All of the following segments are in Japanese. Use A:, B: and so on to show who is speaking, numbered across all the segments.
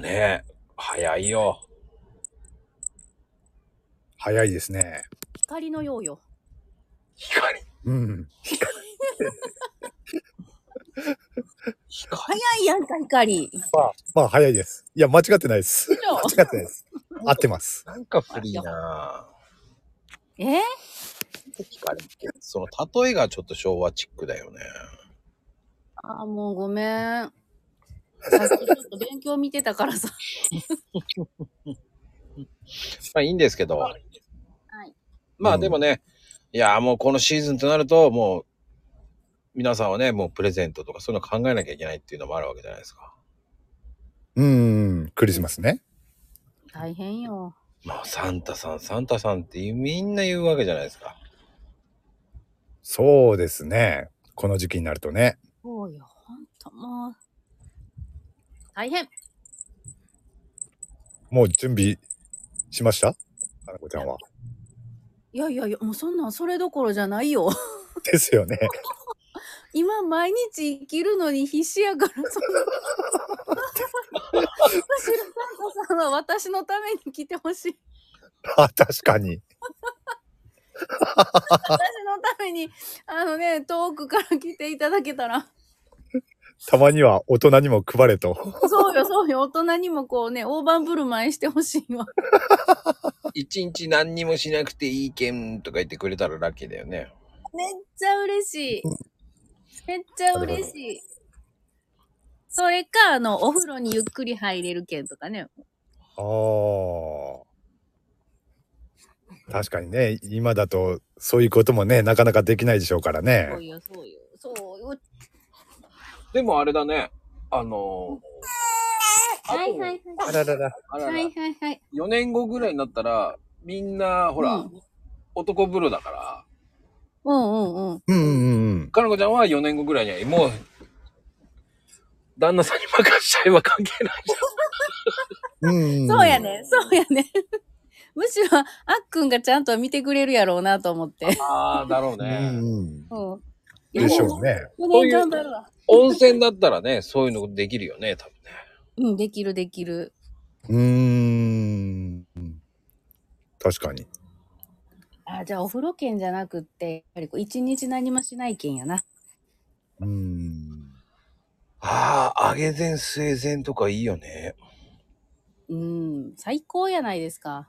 A: ね。早いよ。
B: 早いですね。
C: 光のようよ。
A: 光。
B: うん。
A: 光。
C: 早いやんか、光。
B: まあ、まあ、早いです。いや、間違ってないです。
C: 以上
B: 間違ってないです。合ってます。
A: なんか古いな
C: えー
A: ぁ。光って、その例えがちょっと昭和チックだよね。
C: あーもうごめん。さっきちょっと勉強見てたからさ。
A: まあいいんですけど。
C: い
A: まあ
B: うん
A: でもね、いやーもうこのシーズンとなると、もう、皆さんはね、もうプレゼントとかそういうの考えなきゃいけないっていうのもあるわけじゃないですか。
B: うん、クリスマスね。
C: 大変よ。
A: まあサンタさん、サンタさんっていうみんな言うわけじゃないですか。
B: そうですね。この時期になるとね。
C: そうよ、ほんともう。大変。
B: もう準備しました花子ちゃんは。
C: いやいやいや、もうそんなんそれどころじゃないよ。
B: ですよね。
C: 今毎日生きるの に必死やから、そんな。私のサンタさんは私のために来てほしい。
B: あ、確かに。
C: 私のために、あのね、遠くから来ていただけたら。
B: たまには大人にも配れと。
C: そうよ、そうよ。大人にもこうね、大盤振る舞いしてほし いわ。
A: 一日何にもしなくていいけんとか言ってくれたらラッキーだよね。
C: めっちゃ嬉しい。めっちゃ嬉しい。それか、あの、お風呂にゆっくり入れるけんとかね。
B: ああ。確かにね、今だとそういうこともね、なかなかできないでしょうからね
C: そ。うよ、そうよ。そうよ。
A: でもあれだね、あのー、
C: はいはいはい。
B: あららら。
A: あら
C: は
A: ら
C: いはいはい。
A: 4年後ぐらいになったら、みんな、ほら、
C: うん
A: 男風呂だから、
C: うんうんう
B: うん
C: ん。
B: うんうん。
A: かのこちゃんは4年後ぐらいには、もう、旦那さんに任しちゃえば関係ないじ
B: うん
C: そうやね、そうやね。 むしろ、あっくんがちゃんと見てくれるやろうなと思って。
A: ゃん。ああ、だろう
B: う
A: ね。
B: ん。
C: うん。
B: でしょうね。
C: 4年頑張るわ。
A: 温泉だったらね、そういうのできるよね、多分ね。
C: うん、できるできる。
B: うーん。確かに。
C: あ、じゃあお風呂券じゃなくって、やっぱりこう一日何もしない券やな。
B: うん。
A: ああ、揚げ膳、末膳とかいいよね。
C: うん、最高やないですか。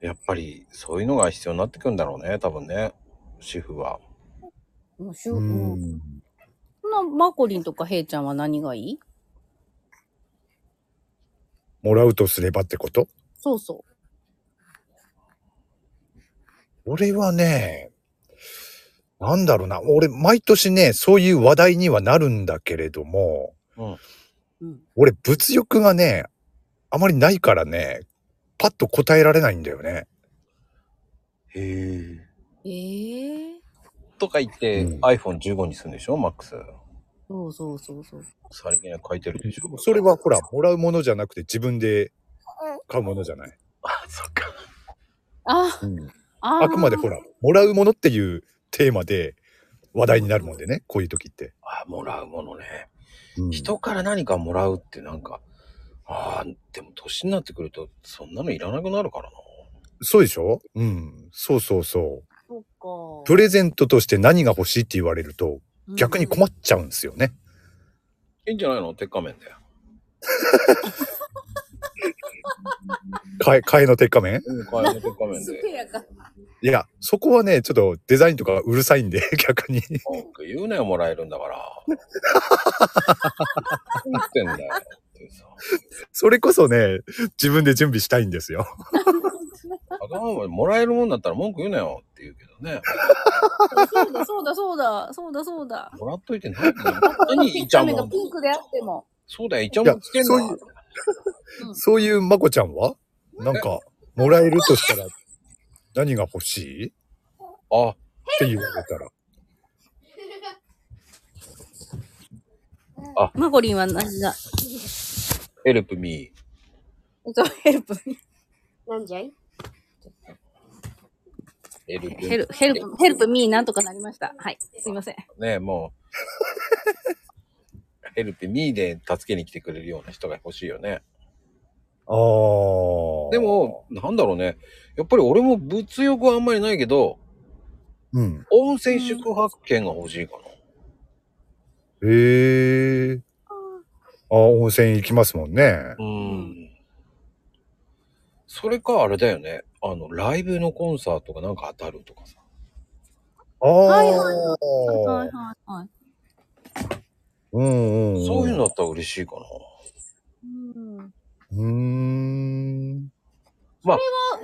A: やっぱり、そういうのが必要になってくるんだろうね、多分ね。主婦は。
C: もうしゅ、
B: う
C: うん。
B: ん。
C: そんなマコリンとかヘイちゃんは何がいい
B: もらうとすればってこと
C: そうそ
B: 俺はね、なんだろうな。俺、毎年ね、そういう話題にはなるんだけれども、
A: うん。
C: う。うん。
B: 俺、物欲がね、あまりないからね、パッと答えられないんだよね。
A: へえ。
C: ええ
A: とか言って、
B: うん
A: iPhone15 にするんでしょ、マックス。
C: そうそうそうそう。
A: さりげなく書いてるでしょ。
B: それはほら、もらうものじゃなくて自分で買うものじゃない。
A: あ、そっか。
C: あ、
B: うん、
C: あー
B: あくまでほら、もらうものっていうテーマで話題になるもんでね、こういう時って。
A: あ、もらうものね。
B: うん
A: 人から何かもらうってなんか、ああ、でも年になってくると、そんなのいらなくなるからな。
B: そうでしょうん。そうそうそう。
C: そっか。
B: プレゼントとして何が欲しいって言われると、逆に困
C: っ
B: っちゃうんですよね。
A: いいんじゃないの鉄仮面で。
B: 替え、替えの鉄仮面
A: うん、替えの鉄仮面
C: す
A: で
C: げ。やか。
B: いや、そこはね、ちょっとデザインとかうるさいんで、 逆に。
A: 文句言うなよ、もらえるんだから。何言ってんだよ。ってさ
B: それこそね、自分で準備したいんですよ。
A: あかんわもらえるもんだったら文句言うなよって言うけどね。
C: そうだそうだそうだ、そうだそうだ。
A: もらっといて何何イチャ
C: 目
A: モ
C: が
A: ン
C: ピンクであっても。
A: そうだよ、イチャモンつけん
B: いやそうい
A: な
B: う。そういうまこちゃんはなんか、もらえるとしたら、何が欲しいっ
A: あ、
B: て言われたら。
C: マコリンは何が
A: ヘルプミー。
C: そうヘルプ。
D: なんじゃい
A: ヘルプミー
C: ヘル、ヘルプ、ヘルプミーなんとかなりました。はい。すいません。
A: ねもヘルプミーで助けに来てくれるような人が欲しいよね。
B: ああ。
A: で、も、なんだろうね。やっぱり俺も物欲はあんまりないけど、
B: うん。
A: 温泉宿泊券が欲しいかな。
B: へえ。ああ、温泉行きますもんね。
A: うん。それかあれだよね。あの、ライブのコンサートがなんか当たるとかさ。
B: ああ。
C: はいはいはいはいはい。
B: うんうん。
A: そういうの
B: の。
A: だったら嬉しいかな。
C: うん。
B: うーん。
C: あ、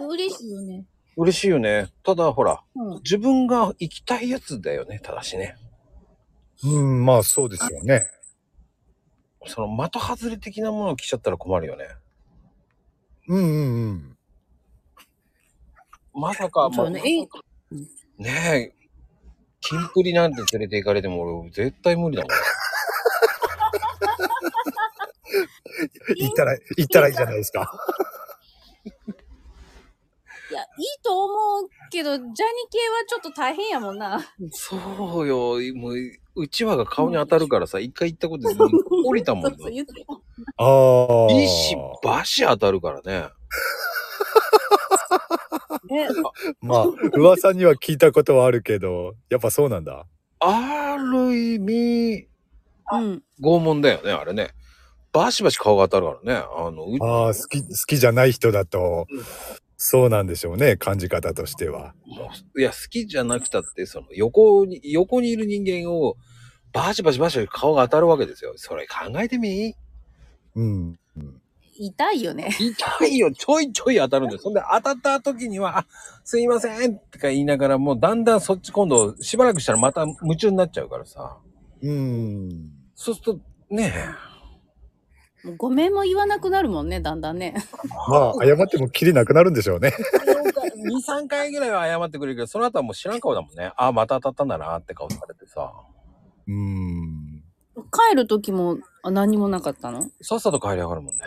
C: 嬉しいよね。
A: 嬉しいよね。ただほら、
C: うん。
A: 自分が行きたいやつだよね。ただしね。
B: うん、まあそうですよね。
A: その的外れ的なものを着ちゃったら困るよね。
B: うんうんうん。
A: まさか、
C: そう
A: ま
C: ね。え、
A: ねえ、キンプリなんて連れて行かれても俺絶対無理だもん。
B: 行ったら、行ったらいいじゃないですか。
C: いや、いいと思うけど、ジャニ系はちょっと大変やもんな。
A: そうよ、もう、うちわが顔に当たるからさ、一回行ったことで降りたもん
C: そう
A: ね。
C: そう言ってた
B: ああ。
A: いいし、バシ当たるからね。
C: ね。
B: まあ、噂には聞いたことはあるけど、やっぱそうなんだ。
A: ある意味、
C: うん。
A: 拷問だよね、あれね。バシバシ顔が当たるからね。あの、う
B: ああ、好き、好きじゃない人だと、そうなんでしょうね、感じ方としては。
A: もういや、好きじゃなくたって、その、横に、横にいる人間を、バシバシバシ顔が当たるわけですよ。それ考えてみ
B: うん。
C: 痛いよね。
A: 痛いよ、ちょいちょい当たるんだよ。そんで当たった時には、あ、すいませんとか言いながら、もうだんだんそっち今度、しばらくしたらまた夢中になっちゃうからさ。
B: うん。
A: そうすると、ね
C: もうごめんも言わなくなるもんね、だんだんね。
B: まあ、謝ってもきりなくなるんでしょうね。
A: え、2、3回ぐらいは謝ってくれるけど、その後はもう知らん顔だもんね。あ、また当たったんだなって顔されてさ。
B: うん。
C: 帰る時もあ何もなかったのや
A: さっさと帰り上がるもんね。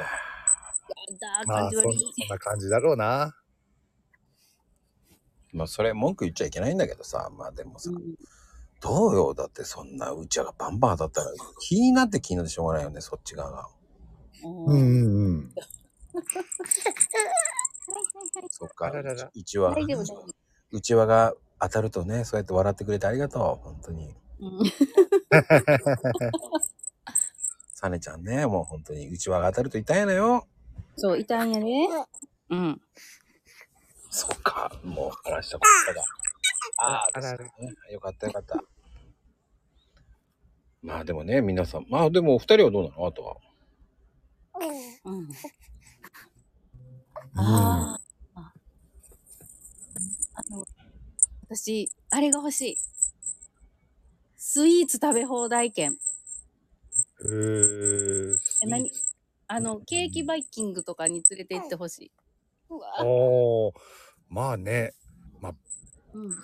C: だー、
B: ま
C: 感
B: あ、
C: じ
B: そ
C: 悪
B: ん
C: い。
B: そんな感じだろうな。
A: まあ、それ文句言っちゃいけないんだけどさ。まあ、でもさ、
C: うん
A: どうよ。だってそんなうちわがバンバン当たったら、気になって気になってしょうがないよね、そっち側が。
B: うん
C: う
B: う
C: ん
B: んうん。
A: そっか
B: あららら。
A: うちわ
C: 大。丈夫、大丈
A: うちわが当たるとね、そうやって笑ってくれてありがとう。本当に。
C: 夫。うん
A: サネちゃんね、もう本当にうちわが当たると痛いのよ。
C: そう、痛いんやで。うん。
A: そっか、もう話したことだ。ああ、
B: あらあら
A: そうねよかったよかった。 まあでもね、皆さん。まあでもお二人はどうなのあとは。
C: うん。あーあ。あの、私、あれが欲しい。スイーツ食べ放題券。
B: えー、
C: え、何あの、ケーキバイキングとかに連れて行ってほしい。
B: おーまあね、
C: うん。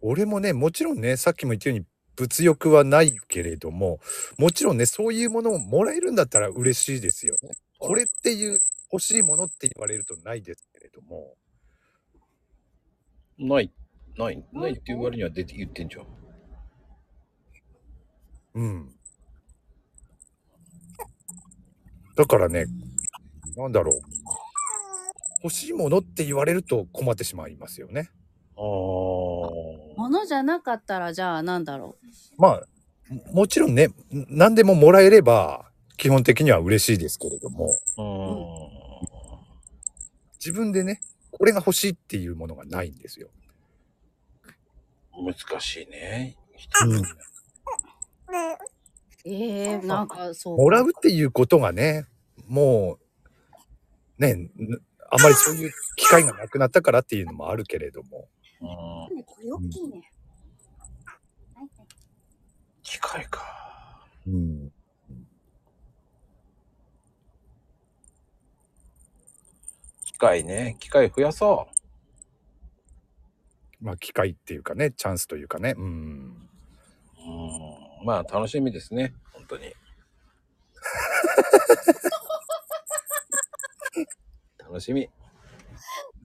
B: 俺もね、もちろんね、さっきも言ったように、物欲はないけれども、もちろんね、そういうものをもらえるんだったら嬉しいですよね。これっていう、欲しいものって言われるとないですけれども。
A: ない、ない、ないって言われには出て言ってんじゃん。
B: うん。だからね、なんだろう。欲しいものって言われると困ってしまいますよね。
A: ああ。
C: ものじゃなかったら、じゃあ、なんだろ
B: まあ、ももちろんね、ん何でももらえれば、基本的には嬉しいですけれども、
A: うん。
B: 自分でね、これが欲しいっていうものがないんですよ。
A: 難しいね。
B: うん
C: う。ええー、なんか、そう。
B: もらうっていうことがね、もう、ね、んあまりそういう機会がなくなったからっていうのもあるけれども。
A: うん
C: これ大きいね。
A: 機械か。
B: うん。
A: 機械ね。機械増やそう。
B: まあ、機会っていうかね、チャンスというかね。うん。
A: うんまあ楽しみですね、本当に。 楽しみ、
C: ち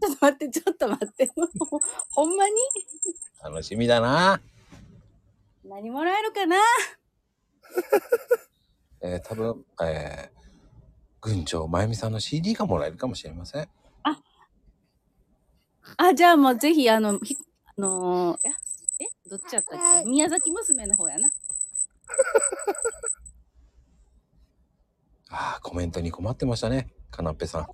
C: ょっと待って、ちょっと待って。もうほんまに
A: 楽しみだな。
C: 何もらえるかな
A: えー、多分、えー、群青まゆみさんの CD がもらえるかもしれません。
C: あ、じゃあもうぜひ、あの、ひあのー、え、えどっちやったっけ宮崎娘の方やな。
A: ああ、コメントに困ってましたね。かなっぺさん。